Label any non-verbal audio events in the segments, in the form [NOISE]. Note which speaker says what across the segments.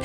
Speaker 1: แถ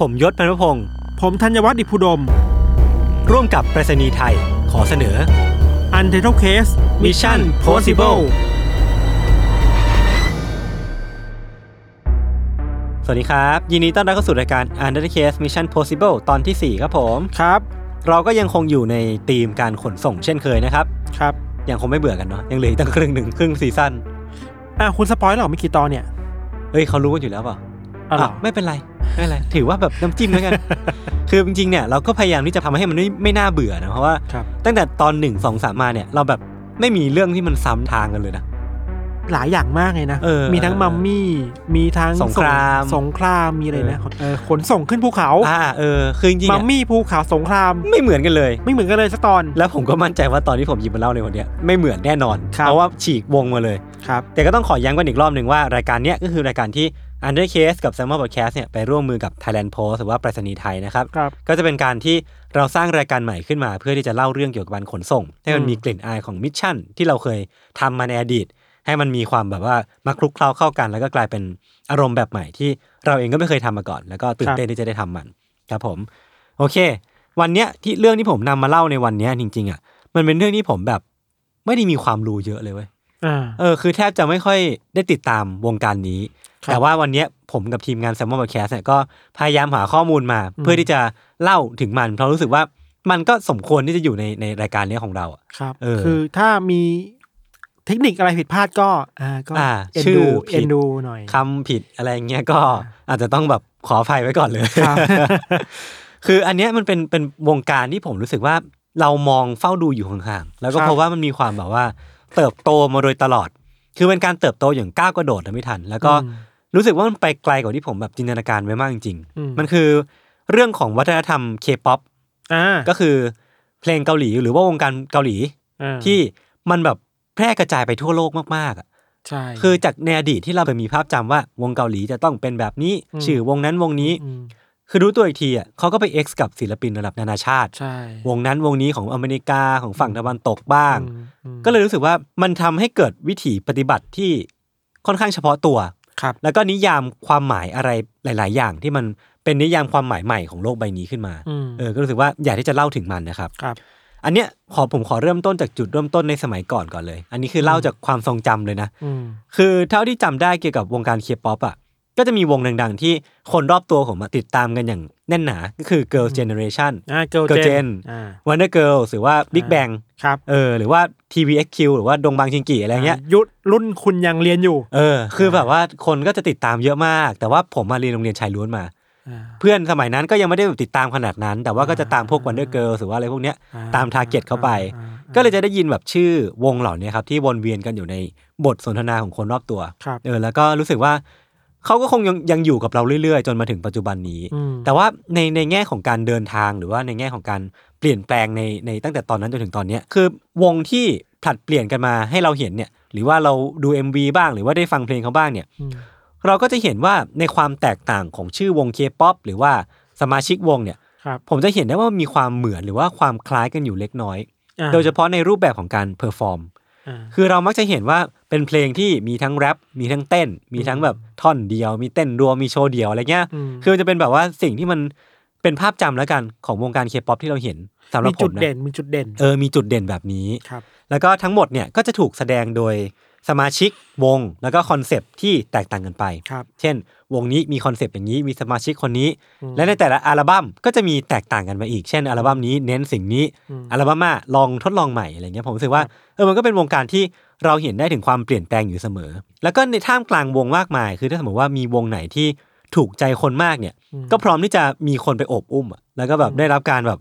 Speaker 2: ผมยศพันวพงศ์
Speaker 3: ผมธัญวัฒน์อิพุดม
Speaker 2: ร่วมกับไปรษณีย์ไทย ขอเสนอ
Speaker 3: Untitled Case
Speaker 2: Mission Possible สวัสดีครับ ยินดีต้อนรับเข้าสู่รายการ Under the Case Mission Possible ตอนที่ 4 ครับผม
Speaker 3: ครับ
Speaker 2: เราก็ยังคงอยู่ในธีมการขนส่งเช่นเคยนะครับ
Speaker 3: ครับ
Speaker 2: ยังคงไม่เบื่อกันเนาะยังเหลืออีกตั้งครึ่งหนึ่งครึ่งซีซั่น
Speaker 3: อ่ะคุณสปอยล์เหรอไม่กี่ตอนเนี่ย
Speaker 2: เฮ้ยเขารู้กันอยู่แล้วเปล่า
Speaker 3: อ๋อเหรอ
Speaker 2: อ่ะไม่เป็นไรไม่เป็นไร ถือว่าแบบน้ำจิ้มแล้วกัน
Speaker 3: [LAUGHS]
Speaker 2: คือจริงๆเนี่ยเราก็พยายามที่จะทำให้มันไม่ไม่น่าเบื่อนะเพราะว่า
Speaker 3: ครับ
Speaker 2: ตั้งแต่ตอนหนึ่งสองสามมาเนี่ย เราแบบไม่มีเรื่องที่มันซ้ำทางกันเลยนะ
Speaker 3: หลายอย่างมากเลยนะ
Speaker 2: เออ
Speaker 3: มีทั้งมัมมี่ มีทั้ง
Speaker 2: สงคราม
Speaker 3: สงคราม มีอะไรนะเออขนส่งขึ้นภูเขา
Speaker 2: อ่าเออคือจริงๆ
Speaker 3: มั
Speaker 2: อะ
Speaker 3: มมี่ภูเขาสงคราม
Speaker 2: ไม่เหมือนกันเลย
Speaker 3: ไม่เหมือนกันเลยสักตอน
Speaker 2: แล้วผมก็มั่นใจว่าตอนที่ผมหยิบมาเล่าในวันเนี้ยไม่เหมือนแน่นอน
Speaker 3: ครับ
Speaker 2: เพราะว่าฉีกวงมาเลย
Speaker 3: ครับ
Speaker 2: แต่ก็ต้องขอย้ำกันอีกรอบหนึ่งว่ารายการเนี้ยก็คือรายการที่ Under Case กับ s a m m e r Podcast เนี่ยไปร่วมมือกับ Thailand Post หรือว่าไปรษณีย์ไทยนะครับ
Speaker 3: ครับ
Speaker 2: ก็จะเป็นการที่เราสร้างรายการใหม่ขึ้นมา เพื่อที่จะเล่าเรื่องเกี่ยวกับการขนส่ง ให้มัน
Speaker 3: อืม
Speaker 2: มีกลิ่นอายของมิชชั่นที่เราเคยทำมาในอดีต ให้มันมีความแบบว่ามาคลุกเคล้าเข้ากัน แล้วก็กลายเป็นอารมณ์แบบใหม่ที่เราเองก็ไม่เคยทำมาก่อน แล้วก็ตื่นเต้นที่จะได้ทำมันครับผม โอเค วันเนี้ยที่เรื่องที่ผมนำมาเล่าในวันเนี้ยจริงๆอ่ะมันเป็นเรื่องที่ผมแบบไม่ได้มีความรู้เยอะเลยเว้ย
Speaker 3: อ่า
Speaker 2: เออคือแทบจะไม่ค่อยได้ติดตามวงการนี้
Speaker 3: ครับ
Speaker 2: แต่ว่าวันเนี้ยผมกับทีมงาน s ซมมอนบอ c แคสเนี่ยก็พยายามหาข้อมูลมา
Speaker 3: อืม
Speaker 2: เพื่อที่จะเล่าถึงมัน เพราะรู้สึกว่ามันก็สมควรที่จะอยู่ในในรายการเนี้ยของเราอะ
Speaker 3: ครับ
Speaker 2: เออ
Speaker 3: คือถ้ามีเทคนิคอะไรผิดพลาดก็ อ่า ก็
Speaker 2: อ่า
Speaker 3: เอ็น
Speaker 2: ชื่อ
Speaker 3: ดู
Speaker 2: ผิด
Speaker 3: เอ็นดูหน่อย
Speaker 2: คำผิดอะไรเงี้ยก็อาจจะต้องแบบขออภัยไว้ก่อนเลย
Speaker 3: ครับ
Speaker 2: [LAUGHS] คืออันเนี้ยมันเป็นเป็นวงการที่ผมรู้สึกว่าเรามองเฝ้าดูอยู่ห่างๆ แล้วก็
Speaker 3: ครับ
Speaker 2: เพราะว่ามันมีความแบบว่า เติบโตมาโดยตลอด คือเป็นการเติบโตอย่างก้าวกระโดดนะไม่ทัน แล้วก็
Speaker 3: อืม
Speaker 2: รู้สึกว่ามันไปไกลกว่าที่ผมแบบจินตนาการไว้มากจริง
Speaker 3: อืม
Speaker 2: มันคือเรื่องของวัฒนธรรมเคป๊อป
Speaker 3: อ่า
Speaker 2: ก็คือเพลงเกาหลีหรือว่าวงการเกาหลี
Speaker 3: อ่า
Speaker 2: ที่มันแบบแพร่กระจายไปทั่วโลกมากๆอะ
Speaker 3: ใช่
Speaker 2: คือจากในอดีตที่เราเคยมีภาพจำว่าวงเกาหลีจะต้องเป็นแบบนี้ ชื่อวงนั้นวงนี้
Speaker 3: อืม
Speaker 2: คือรู้ตัวอีกทีอ่ะเขาก็ไปเอ็กซ์กับศิลปินระดับนานาชาติ
Speaker 3: ใช่
Speaker 2: วงนั้นวงนี้ของอเมริกาของฝั่งตะวันตกบ้าง
Speaker 3: อืมอืม
Speaker 2: ก็เลยรู้สึกว่ามันทำให้เกิดวิถีปฏิบัติที่ค่อนข้างเฉพาะตัว
Speaker 3: ครับ
Speaker 2: แล้วก็นิยามความหมายอะไรหลาย ๆ อย่างที่มันเป็นนิยามความหมายใหม่ของโลกใบนี้ขึ้นมา
Speaker 3: อืม
Speaker 2: เออ ก็รู้สึกว่าอยากที่จะเล่าถึงมันนะครับ
Speaker 3: ครับ
Speaker 2: อันเนี้ยขอผมขอเริ่มต้นจากจุดเริ่มต้นในสมัยก่อนก่อนเลย อันนี้คือเล่าจากความทรงจำเลยนะ
Speaker 3: อืม
Speaker 2: คือเท่าที่จำได้เกี่ยวกับวงการเคป๊อปอ่ะ ก็จะมีวงดัง ๆ ที่คนรอบตัวผมอะติดตามกันอย่างแน่นหนา ก็คือ Girls Generation
Speaker 3: อ่าเกิล
Speaker 2: Girl
Speaker 3: เจ
Speaker 2: Gen
Speaker 3: นอ่า
Speaker 2: Wonder Girls หรือว่า Big
Speaker 3: อ่า
Speaker 2: Bang
Speaker 3: ครับ
Speaker 2: เออ หรือว่า TVXQ หรือว่าดงบางชิงกีอะไรเงี้ย
Speaker 3: ายุทธรุ่นคุณยังเรียนอยู่
Speaker 2: เออ คือแบบว่าคนก็จะติดตามเยอะมาก แต่ว่าผมมาเรียนโรงเรียนชายล้วนมา
Speaker 3: อ่า
Speaker 2: เพื่อนสมัยนั้นก็ยังไม่ได้แบบติดตามขนาดนั้น แต่ว่าก็จะตามพวก
Speaker 3: อ่า
Speaker 2: วันเดอร์เกิลหรือว่าอะไรพวกเนี้ย
Speaker 3: อ่
Speaker 2: ตาม target เข้าไป
Speaker 3: อ่อ่า
Speaker 2: ก็เลยจะได้ยินแบบชื่อวงเหล่านี้ครับ ที่วนเวียนกันอยู่ในบทสนทนาของคนรอบตัว
Speaker 3: ครับ
Speaker 2: เออ แล้วก็รู้สึกว่าเขาก็คงยังยังอยู่กับเราเรื่อยๆ จนมาถึงปัจจุบันนี้
Speaker 3: อืม
Speaker 2: แต่ว่าในในแง่ของการเดินทางหรือว่าในแง่ของการเปลี่ยนแปลงในในตั้งแต่ตอนนั้นจนถึงตอนเนี้ยคือวงที่ผลัดเปลี่ยนกันมาให้เราเห็นเนี่ย หรือว่าเราดู MV บ้าง หรือว่าได้ฟังเพลงเขาบ้างเนี่ย
Speaker 3: อืม
Speaker 2: เราก็จะเห็นว่าในความแตกต่างของชื่อวงเคป๊อปหรือว่าสมาชิกวงเนี่ย
Speaker 3: ครับ
Speaker 2: ผมจะเห็นได้ว่ามีความเหมือนหรือว่าความคล้ายกันอยู่เล็กน้อย
Speaker 3: อ่
Speaker 2: โดยเฉพาะในรูปแบบของการเพอร์ฟอร์ม
Speaker 3: อ่า
Speaker 2: คือเรามักจะเห็นว่าเป็นเพลงที่มีทั้งแรป มีทั้งเต้น มีทั้งแบบท่อนเดียว มีเต้นรวม มีโชว์เดียวอะไรเงี้ย
Speaker 3: อืม
Speaker 2: คือมันจะเป็นแบบว่าสิ่งที่มันเป็นภาพจำแล้วกันของวงการเคป๊อปที่เราเห็นสำหรับ
Speaker 3: มี
Speaker 2: ผ
Speaker 3: จุ
Speaker 2: ม
Speaker 3: ด
Speaker 2: นะ
Speaker 3: เด่นมีจุดเด่น
Speaker 2: เออ มีจุดเด่นแบบนี้
Speaker 3: ครับ
Speaker 2: แล้วก็ทั้งหมดเนี่ยก็จะถูกแสดงโดย สมาชิกวงแล้วก็คอนเซปต์ที่แตกต่างกันไป
Speaker 3: ครับ
Speaker 2: เช่น วงนี้มีคอนเซปต์อย่างนี้มีสมาชิกคนนี้ และในแต่ละอัลบั้มก็จะมีแตกต่างกันไปอีก เช่นอัลบั้มนี้เน้นสิ่งนี้อัลบั้มหน้าลองทดลองใหม่อะไรเงี้ยผมรู้สึกว่าเออมันก็เป็นวงการที่เราเห็นได้ถึงความเปลี่ยนแปลงอยู่เสมอ แล้วก็ในท่ามกลางวงมากมาย คือถ้าสมมติว่ามีวงไหนที่ถูกใจคนมากเนี่ย ก็พร้อมที่จะมีคนไปโอบอุ้มอะแล้วก็แบบได้รับการแบบ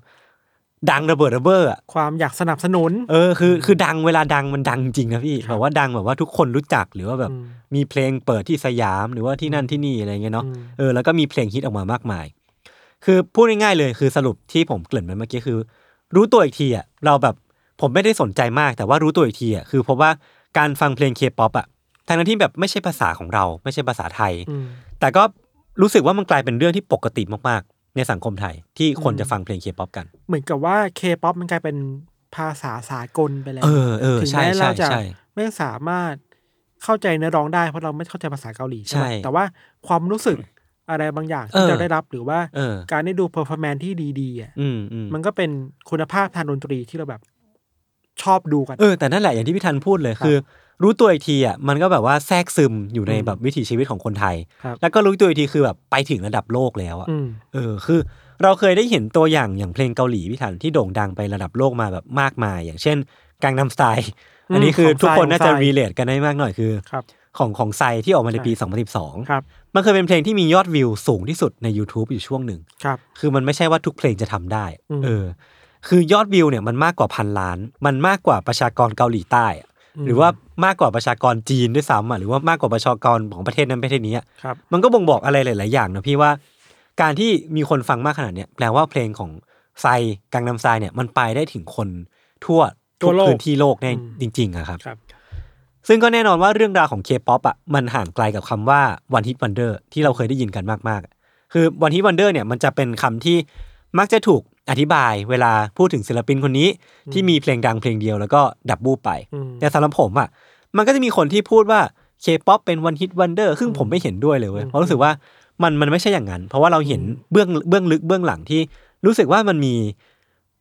Speaker 2: ดังระเบิดระเบ้ออะ
Speaker 3: ความอยากสนับสนุน
Speaker 2: เออคือคือดังเวลาดังมันดังจริงนะพี่แบบว่าดังแบบว่าทุกคนรู้จักหรือว่าแบบ
Speaker 3: อืม
Speaker 2: มีเพลงเปิดที่สยามหรือว่าที่นั่นที่นี่อะไรเงี้ยเนาะ
Speaker 3: อืม
Speaker 2: เออแล้วก็มีเพลงฮิตออกมามากมาย คือพูดง่ายๆเลยคือสรุปที่ผมเกริ่นไปเมื่อกี้คือ รู้ตัวอีกทีอ่ะเราแบบผมไม่ได้สนใจมากแต่ว่ารู้ตัวอีกทีอ่ะคือเพราะว่าการฟังเพลงเคป๊อปอ่ะทางนั้นที่แบบไม่ใช่ภาษาของเรา ไม่ใช่ภาษาไทย
Speaker 3: อืม
Speaker 2: แต่ก็รู้สึกว่ามันกลายเป็นเรื่องที่ปกติมากๆ ในสังคมไทยที่คนจะฟังเพลงเคป๊อปกัน
Speaker 3: เหมือนกับว่าเคป๊อปมันกลายเป็นภาษาสากลไปแล้ว
Speaker 2: เออเออ
Speaker 3: ถึง
Speaker 2: ใช่
Speaker 3: แม้เรา
Speaker 2: ใช่
Speaker 3: จะ
Speaker 2: ใช่
Speaker 3: ไม่สามารถเข้าใจเนื้อร้องได้เพราะเราไม่เข้าใจภาษาเกาหลีใช่ไหม
Speaker 2: ใช่
Speaker 3: แต่ว่าความรู้สึกอะไรบางอย่าง
Speaker 2: เอ
Speaker 3: ที่
Speaker 2: อ
Speaker 3: เราได้รับหรือว่า
Speaker 2: เออ
Speaker 3: การได้ดูเพอร์ฟอร์แมนที่ดีๆอ่ะ
Speaker 2: อืมอืม
Speaker 3: มันก็เป็นคุณภาพทางดนตรีที่เราแบบชอบดูกัน
Speaker 2: เออแต่นั่นแหละอย่างที่พี่ทันพูดเลยคือ รู้ตัวอีกทีอ่ะมันก็แบบว่าแทรกซึมอยู่ใน
Speaker 3: อืม
Speaker 2: แบบวิถีชีวิตของคนไทย
Speaker 3: ครับ
Speaker 2: แล้วก็รู้ตัวอีกทีคือแบบไปถึงระดับโลกแล้วอ่ะ
Speaker 3: อืม
Speaker 2: เออคือ เราเคยได้เห็นตัวอย่างอย่างเพลงเกาหลีพี่ทันที่โด่งดังไประดับโลกมาแบบมากมาย อย่างเช่นกังนัมสไตล์
Speaker 3: อืม
Speaker 2: อันนี้คือ
Speaker 3: ของ
Speaker 2: ทุกคนน่าจะ
Speaker 3: ของไซ
Speaker 2: รีเลทกันได้มากหน่อยคือ
Speaker 3: ครับ
Speaker 2: ของของไซที่ออกมาในปี
Speaker 3: ครับ
Speaker 2: 2012 มันเคยเป็นเพลงที่มียอดวิวสูงที่สุดใน YouTube อยู่ช่วงหนึ่ง
Speaker 3: ครับ
Speaker 2: คือมันไม่ใช่ว่าทุกเพลงจะทำได้
Speaker 3: อืม
Speaker 2: เออ คือยอดวิวเนี่ยมันมากกว่าพันล้าน มันมากกว่าประชากรเกาหลีใต้อะ
Speaker 3: อืม
Speaker 2: หรือว่ามากกว่าประชากรจีนด้วยซ้ำอ่ะ หรือว่ามากกว่าประชากรของประเทศนั้นประเทศนี้อะ
Speaker 3: ครับ
Speaker 2: มันก็บ่งบอกอะไรหลาย ๆ อย่างนะพี่ว่า การที่มีคนฟังมากขนาดเนี้ยแปลว่าเพลงของไซกังนำไซเนี่ยมันไปได้ถึงคนทั่ว
Speaker 3: ทั่วโลก
Speaker 2: ทุพื้นที่โลกเนี่ย
Speaker 3: อืม
Speaker 2: จริง ๆอะครับ
Speaker 3: ครับ
Speaker 2: ซึ่งก็แน่นอนว่าเรื่องราวของเคป๊อปอ่ะมันห่างไกลกับคำว่าวันฮิตวันเดอร์ที่เราเคยได้ยินกันมากๆอะคือวันฮิตวันเดอร์เนี่ยมันจะเป็นคำที่มักจะถูกอธิบายเวลาพูดถึงศิลปินคนนี้ ที่มีเพลงดังเพลงเดียวแล้วก็ดับบูไป
Speaker 3: อืม
Speaker 2: แต่สำหรับผมอ่ะมันก็จะมีคนที่พูดว่าเคป๊อปเป็นวันฮิตวันเดอร์ซึ่งผมไม่เห็นด้วยเลยเว้ยเพราะรู้สึกว่ามันมันไม่ใช่อย่างนั้น เพราะว่าเราเห็นเบื้องเบื้องลึกเบื้องหลังที่รู้สึกว่ามันมี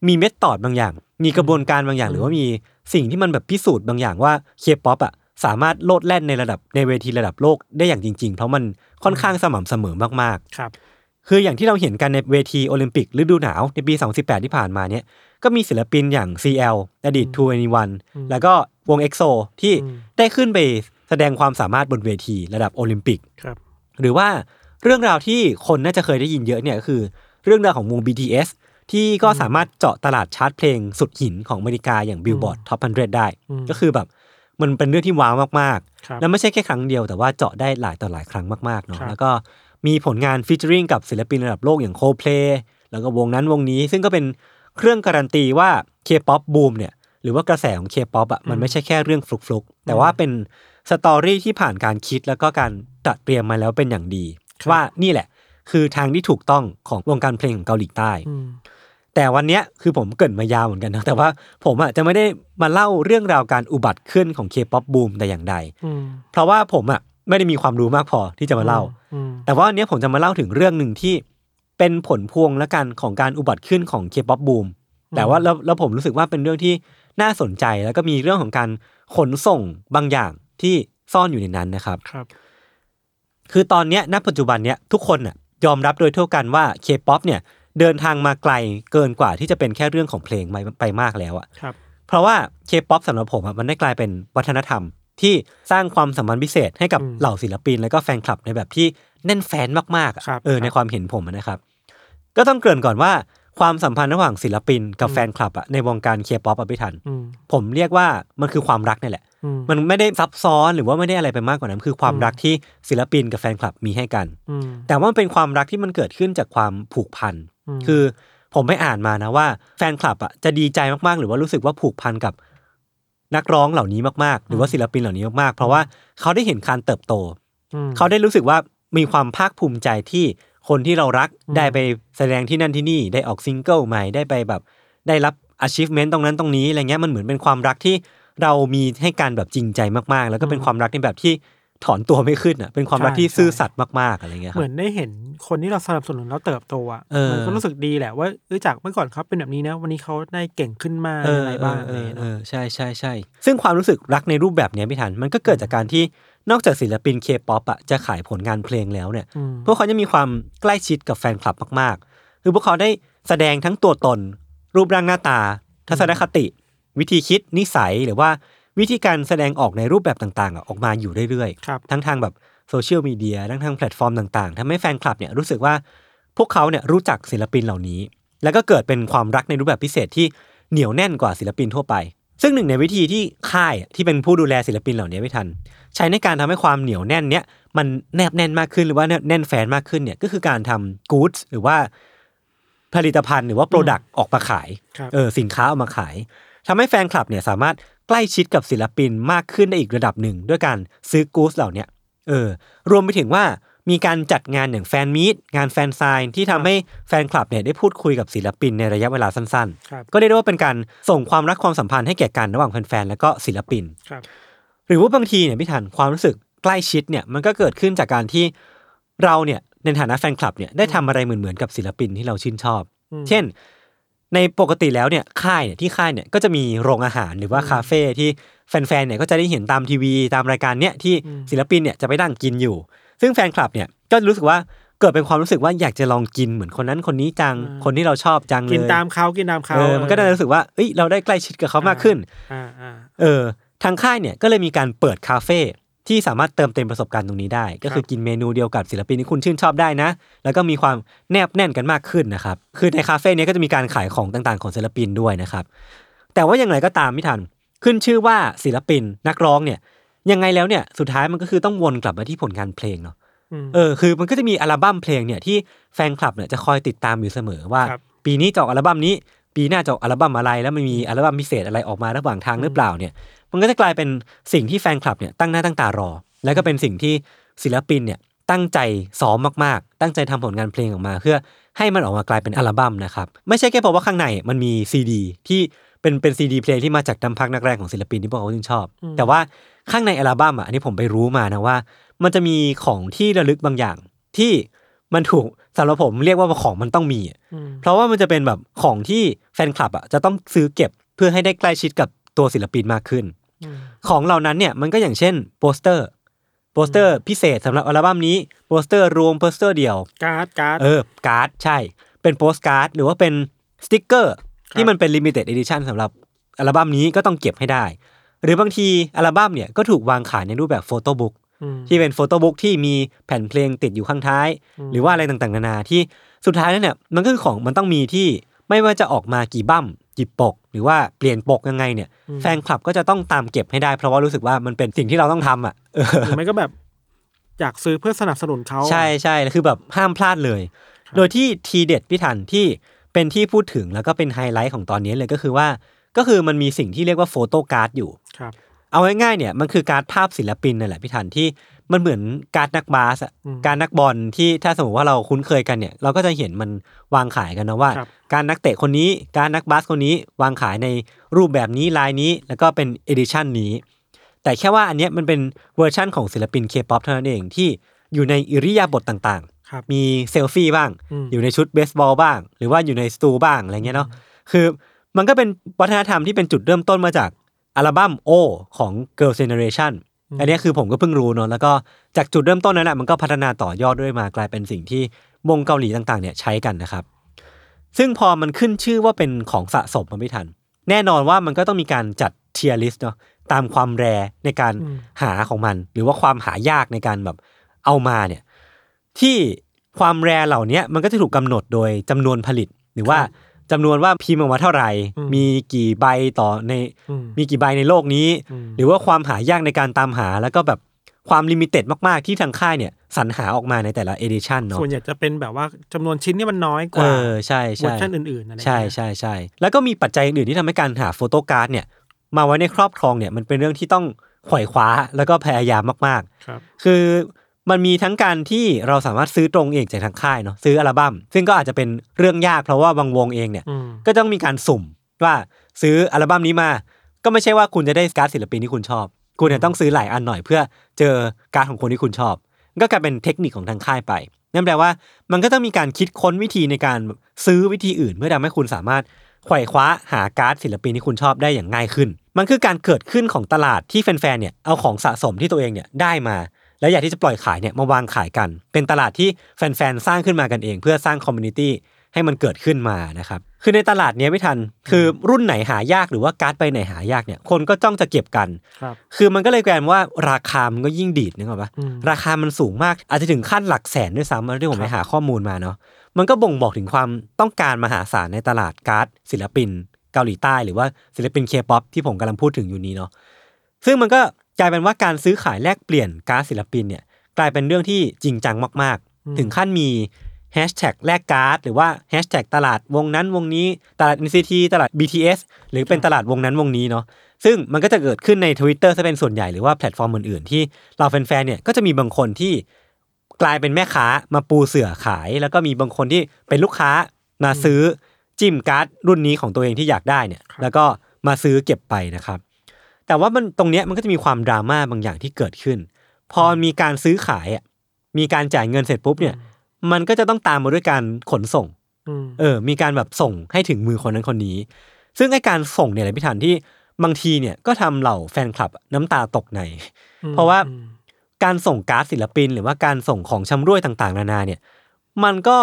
Speaker 2: มีเม็ดตอดบางอย่าง มีกระบวนการบางอย่าง หรือว่ามีสิ่งที่มันแบบพิสูจน์บางอย่างว่าเคป๊อปอ่ะสามารถโลดแล่นในระดับในเวทีระดับโลกได้อย่างจริง ๆ เพราะมันค่อนข้างสม่ำเสมอมากๆ
Speaker 3: ครับ
Speaker 2: คืออย่างที่เราเห็นกันในเวทีโอลิมปิกฤดูหนาวในปี 2018 ที่ผ่านมาเนี่ยก็มีศิลปินอย่าง CL อดีต2 n 1แล้วก็วง EXO ที่
Speaker 3: อืม
Speaker 2: ได้ขึ้นไปแสดงความสามารถบนเวทีระดับโอลิมปิก
Speaker 3: ครับ
Speaker 2: หรือว่าเรื่องราวที่คนน่าจะเคยได้ยินเยอะเนี่ยก็คือเรื่องราวของวง BTS ที่ก็สามารถเจาะตลาดชาร์ตเพลงสุดหินของอเมริกาอย่าง Billboard Top 100 ได้
Speaker 3: อืม
Speaker 2: ก็คือแบบมันเป็นเรื่องที่ว้าวมาก
Speaker 3: ครับ
Speaker 2: ๆ และไม่ใช่แค่ครั้งเดียวแต่ว่าเจาะได้หลายต่อหลายครั้งมากๆเนาะ
Speaker 3: ครับ
Speaker 2: แล้วก็มีผลงานฟีเจอริงกับศิลปินระดับโลกอย่าง Coldplay แล้วก็วงนั้นวงนี้ ซึ่งก็เป็นเครื่องการันตีว่า K-pop boom เนี่ยหรือว่ากระแสของ K-pop อ่ะมันไม่ใช่แค่เรื่องฟลุกๆแต่ว่าเป็น สตอรี่ที่ผ่านการคิดแล้วก็การตัดเตรียมมาแล้วเป็นอย่างดี ว่านี่แหละ คือทางที่ถูกต้องของวงการเพลงของเกาหลีใต้
Speaker 3: อืม
Speaker 2: แต่วันเนี้ยคือผมเกรินมายาวเหมือนกันนะแต่ว่าผมอ่ะจะไม่ได้มาเล่าเรื่องราวการอุบัติขึ้นของเคป๊อปบูมแต่อย่างใด
Speaker 3: อืม
Speaker 2: เพราะว่าผมอ่ะไม่ได้มีความรู้มากพอที่จะมาเล่า
Speaker 3: อืม
Speaker 2: แต่ว่าวันเนี้ยผมจะมาเล่าถึงเรื่องหนึ่งที่เป็นผลพวงและกันของการอุบัติขึ้นของเคป๊อปบูมแต่ว่าแล้วแล้วผมรู้สึกว่าเป็นเรื่องที่น่าสนใจแล้วก็มีเรื่องของการขนส่งบางอย่างที่ซ่อนอยู่ในนั้นนะครับ
Speaker 3: ครับ
Speaker 2: คือตอนเนี้ยณปัจจุบันเนี้ยทุกคนน่ะยอมรับโดยทั่วกันว่าเคป๊อปเนี่ยเดินทางมาไกลเกินกว่าที่จะเป็นแค่เรื่องของเพลงไปไปมากแล้วอะ
Speaker 3: ครับ
Speaker 2: เพราะว่าเคป๊อปสำหรับผมอะมันได้กลายเป็นวัฒนธรรม ที่สร้างความสัมพันธ์พิเศษให้กับ
Speaker 3: อืม
Speaker 2: เหล่าศิลปิน และก็แฟนคลับในแบบที่แน่นแฟนมากๆอะ
Speaker 3: ครับ
Speaker 2: เออ
Speaker 3: ครับ
Speaker 2: ในความเห็นผมอะนะครับ ก็ต้องเกริ่นก่อนว่าความสัมพันธ์ระหว่างศิลปินกับแฟนคลับอะในวงการเคป๊อปอะพี่ทัน
Speaker 3: อืม
Speaker 2: ผมเรียกว่ามันคือความรักนี่แหละ
Speaker 3: อืม
Speaker 2: มันไม่ได้ซับซ้อนหรือว่าไม่ได้อะไรไปมากกว่านั้นคือความรักที่ศิลปินกับแฟนคลับมีให้กัน
Speaker 3: อืม
Speaker 2: แต่ว่ามันเป็นความรักที่มันเกิดขึ้นจากความผูกพัน
Speaker 3: อืม
Speaker 2: คือผมไม่อ่านมานะว่าแฟนคลับอ่ะจะดีใจมากๆ หรือว่ารู้สึกว่าผูกพันกับนักร้องเหล่านี้มากๆ หรือว่าศิลปินเหล่านี้มากๆ เพราะว่าเขาได้เห็นการเติบโต
Speaker 3: อืม
Speaker 2: เขาได้รู้สึกว่ามีความภาคภูมิใจที่คนที่เรารัก
Speaker 3: อืม
Speaker 2: ได้ไปแสดงที่นั่นที่นี่ได้ออกซิงเกิลใหม่ได้ไปแบบได้รับ achievement ตรงนั้นตรงนี้อะไรเงี้ยมันเหมือนเป็นความรักที่เรามีให้การแบบจริงใจมากๆ แล้วก็เป็นความรักในแบบที่ ถอนตัวไม่ขึ้นอ่ะเป็นความรัก
Speaker 3: ใช่
Speaker 2: ที่ซื่อ
Speaker 3: ใช่
Speaker 2: สัตย์มากๆอะไรเงี้ยค
Speaker 3: เห
Speaker 2: รับ
Speaker 3: มือนได้เห็นคนที่เราสนับสนุนแล้วเติบโตอ่ะ
Speaker 2: เออ
Speaker 3: มันก็รู้สึกดีแหละว่าเออจากเมื่อก่อนเขาเป็นแบบนี้นะ วันนี้เขาได้เก่งขึ้นมาก
Speaker 2: เออ
Speaker 3: อะไร
Speaker 2: เอ
Speaker 3: บ้าง
Speaker 2: อ
Speaker 3: อะ
Speaker 2: เอ
Speaker 3: ไร
Speaker 2: อ
Speaker 3: อย่าง
Speaker 2: เอ
Speaker 3: เงี้
Speaker 2: อ
Speaker 3: ย
Speaker 2: ใช่ใช่ใช่ซึ่งความรู้สึกรักในรูปแบบเนี้ยพี่ทันมันก็เกิดจากการที่นอกจากศิลปินเคป๊อปอ่ะจะขายผลงานเพลงแล้วเนี่ย
Speaker 3: อืม
Speaker 2: พวกเขาจะมีความใกล้ชิดกับแฟนคลับมาก ๆ คือพวกเขาได้แสดงทั้งตัวตน รูปร่างหน้าตา ทัศนคติ วิธีคิดนิสัยหรือว่าวิธีการแสดงออกในรูปแบบต่างๆอะออกมาอยู่เรื่อย
Speaker 3: ครับ
Speaker 2: ๆ ทั้งทางแบบโซเชียลมีเดียทั้งทางแพลตฟอร์มต่างๆทำให้แฟนคลับเนี่ยรู้สึกว่าพวกเขาเนี่ยรู้จักศิลปินเหล่านี้ แล้วก็เกิดเป็นความรักในรูปแบบพิเศษที่เหนียวแน่นกว่าศิลปินทั่วไป ซึ่งหนึ่งในวิธีที่ค่ายที่เป็นผู้ดูแลศิลปินเหล่านี้ไม่ทัน ใช้ในการทำให้ความเหนียวแน่นเนี้ยมันแนบแน่นมากขึ้นหรือว่าแน่นแฟนมากขึ้นเนี่ยก็คือการทำกู๊ดหรือว่าผลิตภัณฑ์หรือว่าโปรดักต์ออกมาขาย
Speaker 3: ครับ
Speaker 2: เออสินค้าออกมาขายทำให้แฟนคลับเนี่ยสามารถใกล้ชิดกับศิลปินมากขึ้นได้อีกระดับหนึ่ง ด้วยการซื้อกู๊ดเหล่าเนี้ยเออรวมไปถึงว่ามีการจัดงานอย่างแฟนมีตงานแฟนไซน์ที่ทำให้แฟนคลับเนี่ยได้พูดคุยกับศิลปินในระยะเวลาสั้นๆ
Speaker 3: ครับ
Speaker 2: ก็เรียกได้ว่าเป็นการส่งความรักความสัมพันธ์ให้แก่กันระหว่างแฟนๆ แล้วก็ศิลปิน
Speaker 3: ครับ
Speaker 2: หรือว่าบางทีเนี่ยพี่ทันความรู้สึกใกล้ชิดเนี่ยมันก็เกิดขึ้นจากการที่เราเนี่ยในฐานะแฟนคลับเนี่ยได้ทำอะไรเหมือนๆกับศิลปินที่เราชื่นชอบ
Speaker 3: อืม
Speaker 2: เช่น ในปกติแล้วเนี่ยค่ายเนี่ยที่ค่ายเนี่ยก็จะมีโรงอาหารหรือว่าคาเฟ่ที่แฟนๆเนี่ยก็จะได้เห็นตามทีวีตามรายการเนี่ยที่
Speaker 3: อืม
Speaker 2: ศิลปินเนี่ยจะไปนั่งกินอยู่ ซึ่งแฟนคลับเนี่ยก็รู้สึกว่าเกิดเป็นความรู้สึกว่าอยากจะลองกินเหมือนคนนั้นคนนี้จังคนที่เราชอบจังเลย
Speaker 3: กินตามเขากินตามเขา
Speaker 2: เออมันก็ได้รู้สึกว่าเอ้ย เราได้ใกล้ชิดกับเขามากขึ้น
Speaker 3: อ่าอ่า
Speaker 2: เออ ทางค่ายเนี่ยก็เลยมีการเปิดคาเฟ่ที่สามารถเติมเต็มประสบการณ์ตรงนี้ได้ ก็คือ
Speaker 3: ครับ
Speaker 2: กินเมนูเดียวกับศิลปินที่คุณชื่นชอบได้นะ แล้วก็มีความแนบแน่นกันมากขึ้นนะครับ คือในคาเฟ่เนี้ก็จะมีการขายของต่างๆของศิลปินด้วยนะครับ แต่ว่าอย่างไรก็ตามพี่ทัน ขึ้นชื่อว่าศิลปินนักร้องเนี่ย ยังไงแล้วเนี่ย สุดท้ายมันก็คือต้องวนกลับมาที่ผลงานเพลงเนาะ
Speaker 3: ม
Speaker 2: เออคือมันก็จะมีอัลบั้มเพลงเนี่ยที่แฟนคลับเนี่ยจะคอยติดตามอยู่เสมอว่า
Speaker 3: ครับ
Speaker 2: ปีนี้จะออกอัลบั้มนี้ ปีหน้าจะออกอัลบั้มอะไรแล้วมันมีอัลบั้มพิเศษอะไรออกมาระหว่างทางหรือเปล่าเนี่ยมันก็จะกลายเป็นสิ่งที่แฟนคลับเนี่ยตั้งหน้าตั้งตารอ แล้วก็เป็นสิ่งที่ศิลปินเนี่ยตั้งใจซ้อมมากๆ ตั้งใจทำผลงานเพลงออกมา เพื่อให้มันออกมากลายเป็นอัลบั้มนะครับไม่ใช่แค่เพราะว่าข้างในมันมีซีดีที่เป็นเป็นซีดีเพลงที่มาจากน้ำพักนักแรงของศิลปินที่พวกเขาชื่นชอบ
Speaker 3: อืม
Speaker 2: แต่ว่าข้างในอัลบั้มอ่ะอันนี้ผมไปรู้มานะว่า มันจะมีของที่ระลึกบางอย่าง ที่มันถูกสำหรับผมเรียกว่าของมันต้องมีอะ
Speaker 3: อืม
Speaker 2: เพราะว่ามันจะเป็นแบบของที่แฟนคลับอ่ะจะต้องซื้อเก็บเพื่อให้ได้ใกล้ชิดกับตัวศิลปินมากขึ้น
Speaker 3: อืม
Speaker 2: ของเหล่านั้นเนี่ยมันก็อย่างเช่นโปสเตอร์โปสเตอร์พิเศษสำหรับอัลบั้มนี้โปสเตอร์รวมโปสเตอร์เดียว
Speaker 3: การ์ดการ์ด
Speaker 2: เออ การ์ด ใช่ เป็นโปสการ์ด หรือว่าเป็นสติกเกอร์
Speaker 3: ครับ
Speaker 2: ที่มันเป็นลิมิเต็ดเอดิชันสำหรับอัลบั้มนี้ก็ต้องเก็บให้ได้ หรือบางทีอัลบั้มเนี่ยก็ถูกวางขายในรูปแบบโฟโต้บุ๊ก
Speaker 3: ม
Speaker 2: ที่เป็นโฟโต้บุ๊กที่มีแผ่นเพลงติดอยู่ข้างท้าย
Speaker 3: อืม
Speaker 2: หรือว่าอะไรต่างๆ นานาที่สุดท้ายแล้วเนี่ยมันก็คือของมันต้องมีที่ไม่ว่าจะออกมากี่บั้มกี่ปก หรือว่าเปลี่ยนปกยังไงเนี่ย แฟนคลับก็จะต้องตามเก็บให้ได้ เพราะว่ารู้สึกว่ามันเป็นสิ่งที่เราต้องทำอ่ะเออ
Speaker 3: หรือไม่ก็แบบอยากซื้อเพื่อสนับสนุนเขา
Speaker 2: ใช่ใช่แล้วคือแบบห้ามพลาดเลย
Speaker 3: ครับ
Speaker 2: โดยที่ทีเด็ดพี่ทันที่เป็นที่พูดถึงแล้วก็เป็นไฮไลท์ของตอนนี้เลยก็คือว่า ก็คือมันมีสิ่งที่เรียกว่าโฟโต้การ์ดอยู่
Speaker 3: ครับ
Speaker 2: เอาง่ายๆเนี่ยมันคือการ์ดภาพศิลปินนั่นแหละพี่ทันที่มันเหมือนการ์ดนักบาสอะ
Speaker 3: อืม
Speaker 2: การดนักบอลที่ถ้าสมมติว่าเราคุ้นเคยกันเนี่ยเราก็จะเห็นมันวางขายกันนะว่า
Speaker 3: ครับ
Speaker 2: การดนักเตะคนนี้การดนักบาสคนนี้วางขายในรูปแบบนี้ลายนี้แล้วก็เป็นเอดิชันนี้ แต่แค่ว่าอันเนี้ยมันเป็นเวอร์ชั่นของศิลปินเคป๊อปเท่านั้นเองที่อยู่ในอิริยาบถต่าง
Speaker 3: ครับ
Speaker 2: ๆ มีเซลฟี่บ้าง
Speaker 3: อืม
Speaker 2: อยู่ในชุดเบสบอลบ้าง หรือว่าอยู่ในสตูบ้างอะไรเงี้ยเนาะคือมันก็เป็นวัฒนธรรมที่เป็นจุดเริ่มต้นมาจากอัลบั้มโอของ Girl Generation อันเนี้ยคือผมก็เพิ่งรู้เนาะแล้วก็จากจุดเริ่มต้นนั้นแหละมันก็พัฒนาต่อยอดด้วยมากลายเป็นสิ่งที่วงเกาหลีต่างๆเนี่ยใช้กันนะครับ ซึ่งพอมันขึ้นชื่อว่าเป็นของสะสมมันไม่ทัน แน่นอนว่ามันก็ต้องมีการจัดเทียร์ลิสต์เนาะตามความแรร์ในการ
Speaker 3: อืม
Speaker 2: หาของมัน หรือว่าความหายากในการแบบเอามาเนี่ยที่ความแรร์เหล่าเนี้ยมันก็จะถูกกำหนดโดยจำนวนผลิต หรือว่าจำนวนว่าพิมพ์ออกมาเท่าไหร่
Speaker 3: อืม
Speaker 2: มีกี่ใบต่อใน
Speaker 3: อืม
Speaker 2: มีกี่ใบในโลกนี้
Speaker 3: อืม
Speaker 2: หรือว่าความหายากในการตามหาแล้วก็แบบความลิมิเต็ดมาก ๆ ที่ทางค่ายเนี่ยสรรหาออกมาในแต่ละเอดิชันเนาะ
Speaker 3: ส่วนใหญ่จะเป็นแบบว่าจำนวนชิ้นที่มันน้อยก
Speaker 2: เอ
Speaker 3: ว่า
Speaker 2: อใช่
Speaker 3: เวอ
Speaker 2: ใช่
Speaker 3: ร์ชันอื่นๆอะไร
Speaker 2: ใช่ใช่ใช่แล้วก็มีปัจจัยอื่นที่ทำให้การหาโฟโต้การ์ดเนี่ยมาไว้ในครอบครองเนี่ยมันเป็นเรื่องที่ต้องขวอยคว้าแล้วก็พยายามมาก ๆ
Speaker 3: ครับ
Speaker 2: คือมันมีทั้งการที่เราสามารถซื้อตรงเองจากทางค่ายเนาะซื้ออัลบั้มซึ่งก็อาจจะเป็นเรื่องยากเพราะว่าบางวงเองเนี่ย
Speaker 3: อืม
Speaker 2: ก็ต้องมีการสุ่มว่าซื้ออัลบั้มนี้มา ก็ไม่ใช่ว่าคุณจะได้การ์ดศิลปินที่คุณชอบ คุณเนี่ยต้องซื้อหลายอันหน่อยเพื่อเจอการดของคนที่คุณชอบ ก็กลายเป็นเทคนิคของทางค่ายไป นั่นแปลว่ามันก็ต้องมีการคิดค้นวิธีในการซื้อวิธีอื่น เพื่อทำให้คุณสามารถไขว่คว้าหาการ์ดศิลปินที่คุณชอบได้อย่างง่ายขึ้น มันคือการเกิดขึ้นของตลาดที่แฟนๆเนี่ยเอาของสะสมที่ตัวเองเนี่ยได้มา และอยากที่จะปล่อยขายเนี่ยมาวางขายกัน เป็นตลาดที่แฟนๆสร้างขึ้นมากันเอง เพื่อสร้างคอมมูนิตี้ให้มันเกิดขึ้นมานะครับคือในตลาดเนี้ยไม่ทัน คือรุ่นไหนหายากหรือว่าการ์ดใบไหนหายากเนี่ยคนก็จ้องจะเก็บกัน
Speaker 3: ครับ
Speaker 2: คือมันก็เลยกลายเป็นว่าราคามันก็ยิ่งดีดนึกออกปะ
Speaker 3: อืม
Speaker 2: ราคามันสูงมากอาจจะถึงขั้นหลักแสนด้วยซ้ำอันที่ผมไปหาข้อมูลมาเนาะมันก็บ่งบอกถึงความต้องการมหาศาลในตลาดการ์ดศิลปิน เกาหลีใต้หรือว่าศิลปินเคป๊อปที่ผมกำลังพูดถึงอยู่นี้เนาะซึ่งมันก็กลายเป็นว่าการซื้อขายแลกเปลี่ยนการ์ดศิลปินเนี่ยกลายเป็นเรื่องที่จริงจังมาก
Speaker 3: อืม
Speaker 2: ๆ ถึงขั้นมีแฮชแท็กแลกการ์ดหรือว่าแฮชแท็กตลาดวงนั้นวงนี้ตลาด NCT ตลาด BTS หรือเป็นตลาดวงนั้นวงนี้เนาะ ซึ่งมันก็จะเกิดขึ้นใน Twitter ซะเป็นส่วนใหญ่หรือว่าแพลตฟอร์มอื่นๆ ที่เราแฟนๆเนี่ยก็จะมีบางคนที่กลายเป็นแม่ค้ามาปูเสื่อขาย แล้วก็มีบางคนที่เป็นลูกค้ามาซื้อจิ้มการ์ดรุ่นนี้ของตัวเองที่อยากได้เนี่ยแล้วก็มาซื้อเก็บไปนะครับ แต่ว่ามันตรงเนี้ยมันก็จะมีความดราม่าบางอย่างที่เกิดขึ้น พอมีการซื้อขายอ่ะมีการจ่ายเงินเสร็จปุ๊บเนี่ยมันก็จะต้องตามมาด้วยการขนส่ง
Speaker 3: อืม
Speaker 2: เออ มีการแบบส่งให้ถึงมือคนนั้นคนนี้ ซึ่งไอการส่งเนี่ยแหละพี่ทันที่บางทีเนี่ยก็ทำเหล่าแฟนคลับน้ำตาตกใน เพราะว่า
Speaker 3: อืม
Speaker 2: การส่งการ์ดศิลปิน หรือว่าการส่งของชำร่วยต่างๆ นานาเนี่ย มันก็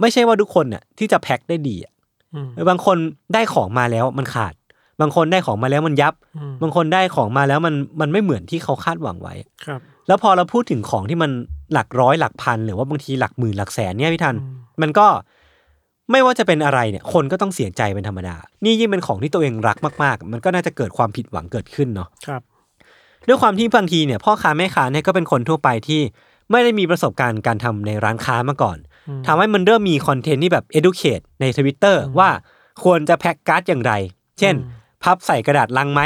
Speaker 2: ไม่ใช่ว่าทุกคนน่ะที่จะแพ็คได้ดีอะ
Speaker 3: อืม
Speaker 2: บางคนได้ของมาแล้วมันขาด บางคนได้ของมาแล้วมันยับ
Speaker 3: อืม
Speaker 2: บางคนได้ของมาแล้วมันมันไม่เหมือนที่เขาคาดหวังไว้
Speaker 3: ครับ
Speaker 2: แล้วพอเราพูดถึงของที่มันหลักร้อยหลักพัน หรือว่าบางทีหลักหมื่นหลักแสนเนี่ยพี่ทัน
Speaker 3: อืม
Speaker 2: มันก็ไม่ว่าจะเป็นอะไรเนี่ยคนก็ต้องเสียใจเป็นธรรมดา นี่ยิ่งเป็นของที่ตัวเองรักมากๆ มันก็น่าจะเกิดความผิดหวังเกิดขึ้นเนาะ
Speaker 3: ครับ
Speaker 2: ด้วยความที่บางทีเนี่ยพ่อค้าแม่ค้าเนี่ยก็เป็นคนทั่วไปที่ไม่ได้มีประสบการณ์การทำในร้านค้ามาก่อน
Speaker 3: อืม
Speaker 2: ทำให้มันเริ่มมีคอนเทนต์ที่แบบ educate ในทวิตเตอร์ว่าควรจะแพ็คการ์ดอย่างไร เช่น พับใส่กระดาษลังไหม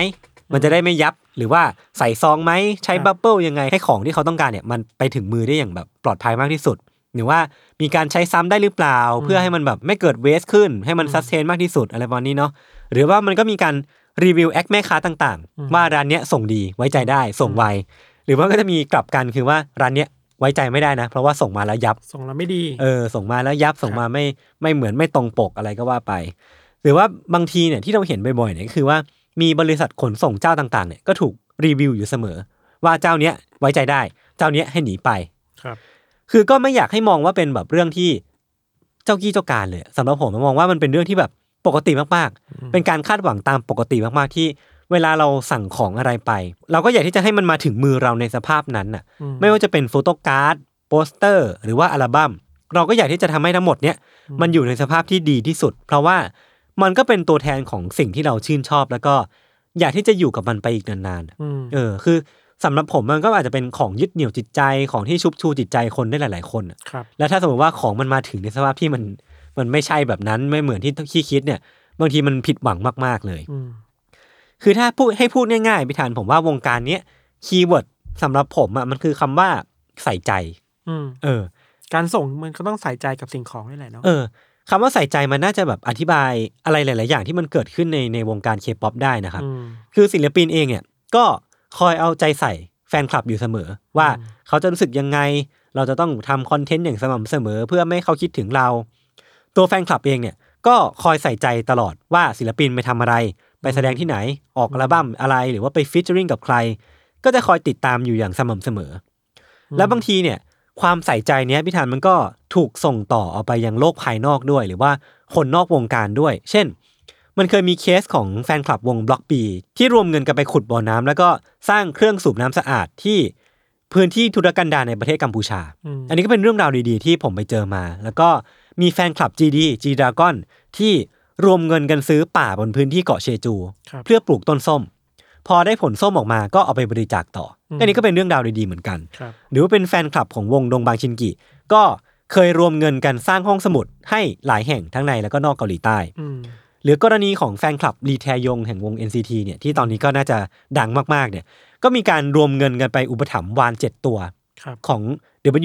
Speaker 2: มันจะได้ไม่ยับ หรือว่าใส่ซองไหม ใช้
Speaker 3: ครับ
Speaker 2: บับเบิลยังไง ให้ของที่เขาต้องการเนี่ย มันไปถึงมือได้อย่างแบบปลอดภัยมากที่สุด หรือว่ามีการใช้ซ้ำได้หรือเปล่า เพื่อให้มันแบบไม่เกิดเวสขึ้น ให้มันซัสเทนมากที่สุดอะไรประมาณนี้เนาะ หรือว่ามันก็มีการรีวิวแอคแม่ค้าต่างๆ ว่าร้านเนี้ยส่งดีไว้ใจได้ส่งไว หรือว่าก็จะมีกลับกันคือว่าร้านเนี้ยไว้ใจไม่ได้นะ เพราะว่าส่งมาแล้วยับ
Speaker 3: ส่งเราไม่ดี
Speaker 2: เออส่งมาแล้วยับส่งมาไม่ไม่เหมือนไม่ตรงปกอะไรก็ว่าไป หรือว่าบางทีเนี่ยที่เราเห็นบ่อยๆเนี่ยก็คือว่ามีบริษัทขนส่งเจ้าต่างๆเนี่ยก็ถูกรีวิวอยู่เสมอ ว่าเจ้าเนี้ยไว้ใจได้ เจ้าเนี้ยให้หนีไป
Speaker 3: ครับ
Speaker 2: คือก็ไม่อยากให้มองว่าเป็นแบบเรื่องที่เจ้ากี้เจ้าการเลยสำหรับผมผมมองว่ามันเป็นเรื่องที่แบบปกติมากๆ เป็นการคาดหวังตามปกติมากๆที่ เวลาเราสั่งของอะไรไป เราก็อยากที่จะให้มันมาถึงมือเราในสภาพนั้นน่ะ
Speaker 3: อืม
Speaker 2: ไม่ว่าจะเป็นโฟโต้การ์ดโปสเตอร์ หรือว่าอัลบัม้มเราก็อยากที่จะทำให้ทั้งหมดเนี้ยมันอยู่ในสภาพที่ดีที่สุด เพราะว่ามันก็เป็นตัวแทนของสิ่งที่เราชื่นชอบ แล้วก็อยากที่จะอยู่กับมันไปอีกนานๆ
Speaker 3: อืม
Speaker 2: เออคือสำหรับผมมันก็อาจจะเป็นของยึดเหนี่ยวจิตใจของที่ชุบชูจิตใจคนได้หลาย ๆ คนน่ะ
Speaker 3: ครับ
Speaker 2: แล้วถ้าสมมติว่าของมันมาถึงในสภาพที่มันมันไม่ใช่แบบนั้นไม่เหมือนที่ที่คิดเนี่ย บางทีมันผิดหวังมากๆเลย
Speaker 3: อืม
Speaker 2: คือถ้าพูดให้พูดง่ายๆพิธานผมว่าวงการเนี้ยคีย์เวิร์ดสำหรับผมอ่ะมันคือคำว่าใส่ใจ
Speaker 3: อืม
Speaker 2: เออ
Speaker 3: การส่งมันก็ต้องใส่ใจกับสิ่งของนี่แหละเนาะ
Speaker 2: เออคำว่าใส่ใจมันน่าจะแบบอธิบายอะไรหลาย ๆ อย่างที่มันเกิดขึ้นในในวงการเคป๊อปได้นะครับ
Speaker 3: อืม
Speaker 2: คือศิลปินเองเนี่ยก็คอยเอาใจใส่แฟนคลับอยู่เสมอ ว่าเขาจะรู้สึกยังไง เราจะต้องทำคอนเทนต์อย่างสม่ำเสมอ เพื่อไม่ให้เขาคิดถึงเรา ตัวแฟนคลับเองเนี่ยก็คอยใส่ใจตลอดว่าศิลปินไปทำอะไร ไปแสดงที่ไหนออกอัลบั้มอะไรหรือว่าไปฟิชเจอริงกับใคร ก็จะคอยติดตามอยู่อย่างสม่ำเสมออและบางทีเนี่ยความใส่ใจเนี้ยพิธานมันก็ถูกส่งต่อเอาไปยังโลกภายนอกด้วย หรือว่าคนนอกวงการด้วย เช่น มันเคยมีเคสของแฟนคลับวงบล็อกบีที่รวมเงินกันไปขุดบ่อน้ำแล้วก็สร้างเครื่องสูบน้ำสะอาดที่พื้นที่ทุรกันดารในประเทศกัมพูชา
Speaker 3: อืม
Speaker 2: อันนี้ก็เป็นเรื่องราวดีๆ ที่ผมไปเจอมา แล้วก็มีแฟนคลับ GD G Dragon ที่รวมเงินกันซื้อป่าบนพื้นที่เกาะเชจู
Speaker 3: ครับ
Speaker 2: เพื่อปลูกต้นส้ม พอได้ผลส้มออกมาก็เอาไปบริจาคต่ออ
Speaker 3: ม
Speaker 2: อันนี้ก็เป็นเรื่องราวดีๆเหมือนกัน
Speaker 3: ครับ
Speaker 2: หรือว่าเป็นแฟนคลับของวงดงบางชินกิ ก็เคยรวมเงินกันสร้างห้องสมุดให้หลายแห่งทั้งในแล้วก็นอกเกาหลีใต้
Speaker 3: อืม
Speaker 2: หรือกรณีของแฟนคลับลีแทยงแห่งวง NCT เนี่ยที่ตอนนี้ก็น่าจะดังมากๆเนี่ยก็มีการรวมเงินกันไปอุปถัมภ์วาน 7 ตัว
Speaker 3: ครับ
Speaker 2: ของ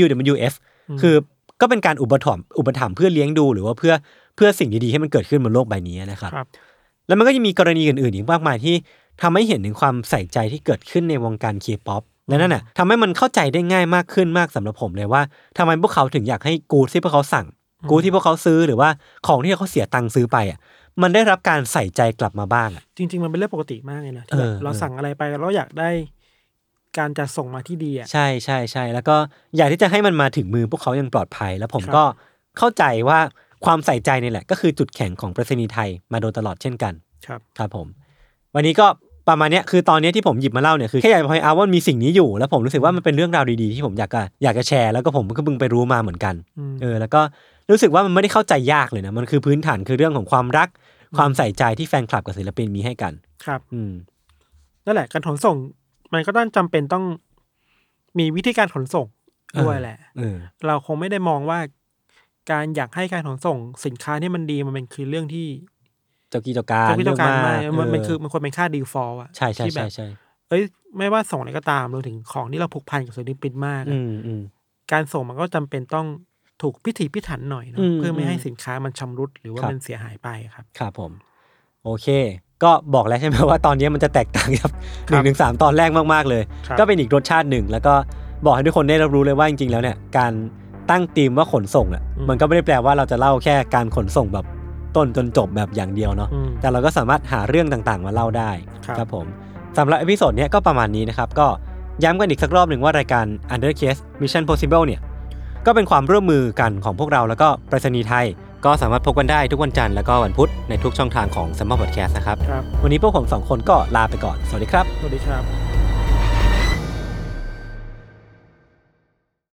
Speaker 2: WWF คือก็เป็นการอุปถัมภ์อุปถัมภ์เพื่อเลี้ยงดูหรือว่าเพื่อเพื่อสิ่งดีๆให้มันเกิดขึ้นบนโลกใบนี้นะครับ
Speaker 3: ครับ
Speaker 2: แล้วมันก็ยังมีกรณีอื่นๆอีกมากมายที่ ทำให้เห็นถึงความใส่ใจที่เกิดขึ้นในวงการเคป๊อปและนั่นน่ะทำให้มันเข้าใจได้ง่ายมากขึ้นมากสำหรับผมเลยว่าทำไมพวกเขาถึงอยากให้กูดที่พวกเขาสั่ง กูดที่พวกเขาซื้อหรือว่าของที่เขาเสียตังค์ซื้อไปอ่ะมันได้รับการใส่ใจกลับมาบ้างอ่ะ
Speaker 3: จริง ๆ มันเป็นเรื่องปกติมากเลยนะที่แบบ
Speaker 2: เออ
Speaker 3: เราสั่งอะไรไปเราอยากได้การจัดส่งมาที่ดีอ่ะ
Speaker 2: ใช่ใช่ใช่แล้วก็อยากที่จะให้มันมาถึงมือพวกเขาอย่างปลอดภัย แล้วผม
Speaker 3: ครับ
Speaker 2: ก็เข้าใจว่าความใส่ใจนี่แหละ ก็คือจุดแข็งของประษณีย์ไทยมาโดยตลอดเช่นกัน
Speaker 3: ครับ
Speaker 2: ครับผม วันนี้ก็ประมาณเนี้ยคือตอนเนี้ยที่ผมหยิบมาเล่าเนี่ยคือแค่อยากจะพอยเอาว่ามันมีสิ่งนี้อยู่ แล้วผมรู้สึกว่ามันเป็นเรื่องราวดีๆที่ผมอยากจะอยากจะแชร์แล้วก็ผมก็เพิ่งไปรู้มาเหมือนกัน
Speaker 3: อืม
Speaker 2: เออแล้วก็รู้สึกว่ามันไม่ได้เข้าใจยากเลยนะมันคือพื้นฐานคือเรื่องของความรัก ความใส่ใจที่แฟนคลับกับศิลปินมีให้กัน
Speaker 3: ครับ
Speaker 2: อืม
Speaker 3: นั่นแหละการขนส่ง มันก็ต้องจำเป็นต้องมีวิธีการขนส่งด้วย
Speaker 2: เออ
Speaker 3: แหละ
Speaker 2: เออ
Speaker 3: เราคงไม่ได้มองว่า การอยากให้การขนส่งสินค้าเนี่ยมันดีมันเป็นคือเรื่องที่
Speaker 2: เจ้ากี้เจ้าการ
Speaker 3: เจ้าที่ต้องการมาก
Speaker 2: เ
Speaker 3: มันมันคือมันควรเป็นค่าดีฟอลต์อะ
Speaker 2: ใช่ใช่
Speaker 3: ที่แบ
Speaker 2: ใช่
Speaker 3: บ
Speaker 2: ใช่
Speaker 3: เอ้ยไม่ว่าส่งอะไรก็ตามรวมถึงของที่เราผูกพันกับศิลปินมากอะ
Speaker 2: อืมอืม
Speaker 3: การส่งมันก็จำเป็นต้องถูกพิถีพิถันหน่อยเน
Speaker 2: อื
Speaker 3: อะ
Speaker 2: ม
Speaker 3: เพื่อไม่ให้
Speaker 2: อืม
Speaker 3: สินค้ามันชำรุดหรือว่า
Speaker 2: ครับ
Speaker 3: มันเสียหายไปครับ
Speaker 2: ครับผม โอเค ก็บอกแล้วใช่ไหม [LAUGHS] ว่าตอนนี้มันจะแตกต่างกับหนึ่งถึงสามตอนแรกมากๆเลย
Speaker 3: ครับ
Speaker 2: ก็เป็นอีกรสชาติหนึ่ง แล้วก็บอกให้ทุกคนได้รับรู้เลยว่าจริงๆแล้วเนี่ย การตั้งธีมว่าขนส่งน่ะมันก็ไม่ได้แปลว่าเราจะเล่าแค่การขนส่งแบบต้นจนจบแบบอย่างเดียวเนาะ
Speaker 3: อืม
Speaker 2: แต่เราก็สามารถหาเรื่องต่างๆ มาเล่าได้
Speaker 3: ครับ
Speaker 2: บผมสำหรับเอพิโซดเนี้ยก็ประมาณนี้นะครับ ก็ย้ำกันอีกสักรอบหนึ่งว่ารายการ Undercase Mission Possible เนี่ย ก็เป็นความร่วมมือกันของพวกเราแล้วก็ไปรษณีย์ไทย ก็สามารถพบกันได้ทุกวันจันทร์แล้วก็วันพุธในทุกช่องทางของ s ซมมอ Podcast นะครับ
Speaker 3: ครับ
Speaker 2: วันนี้พวกผมสองคนก็ลาไปก่อน สวัสดีครับ
Speaker 3: สวัสดีครับ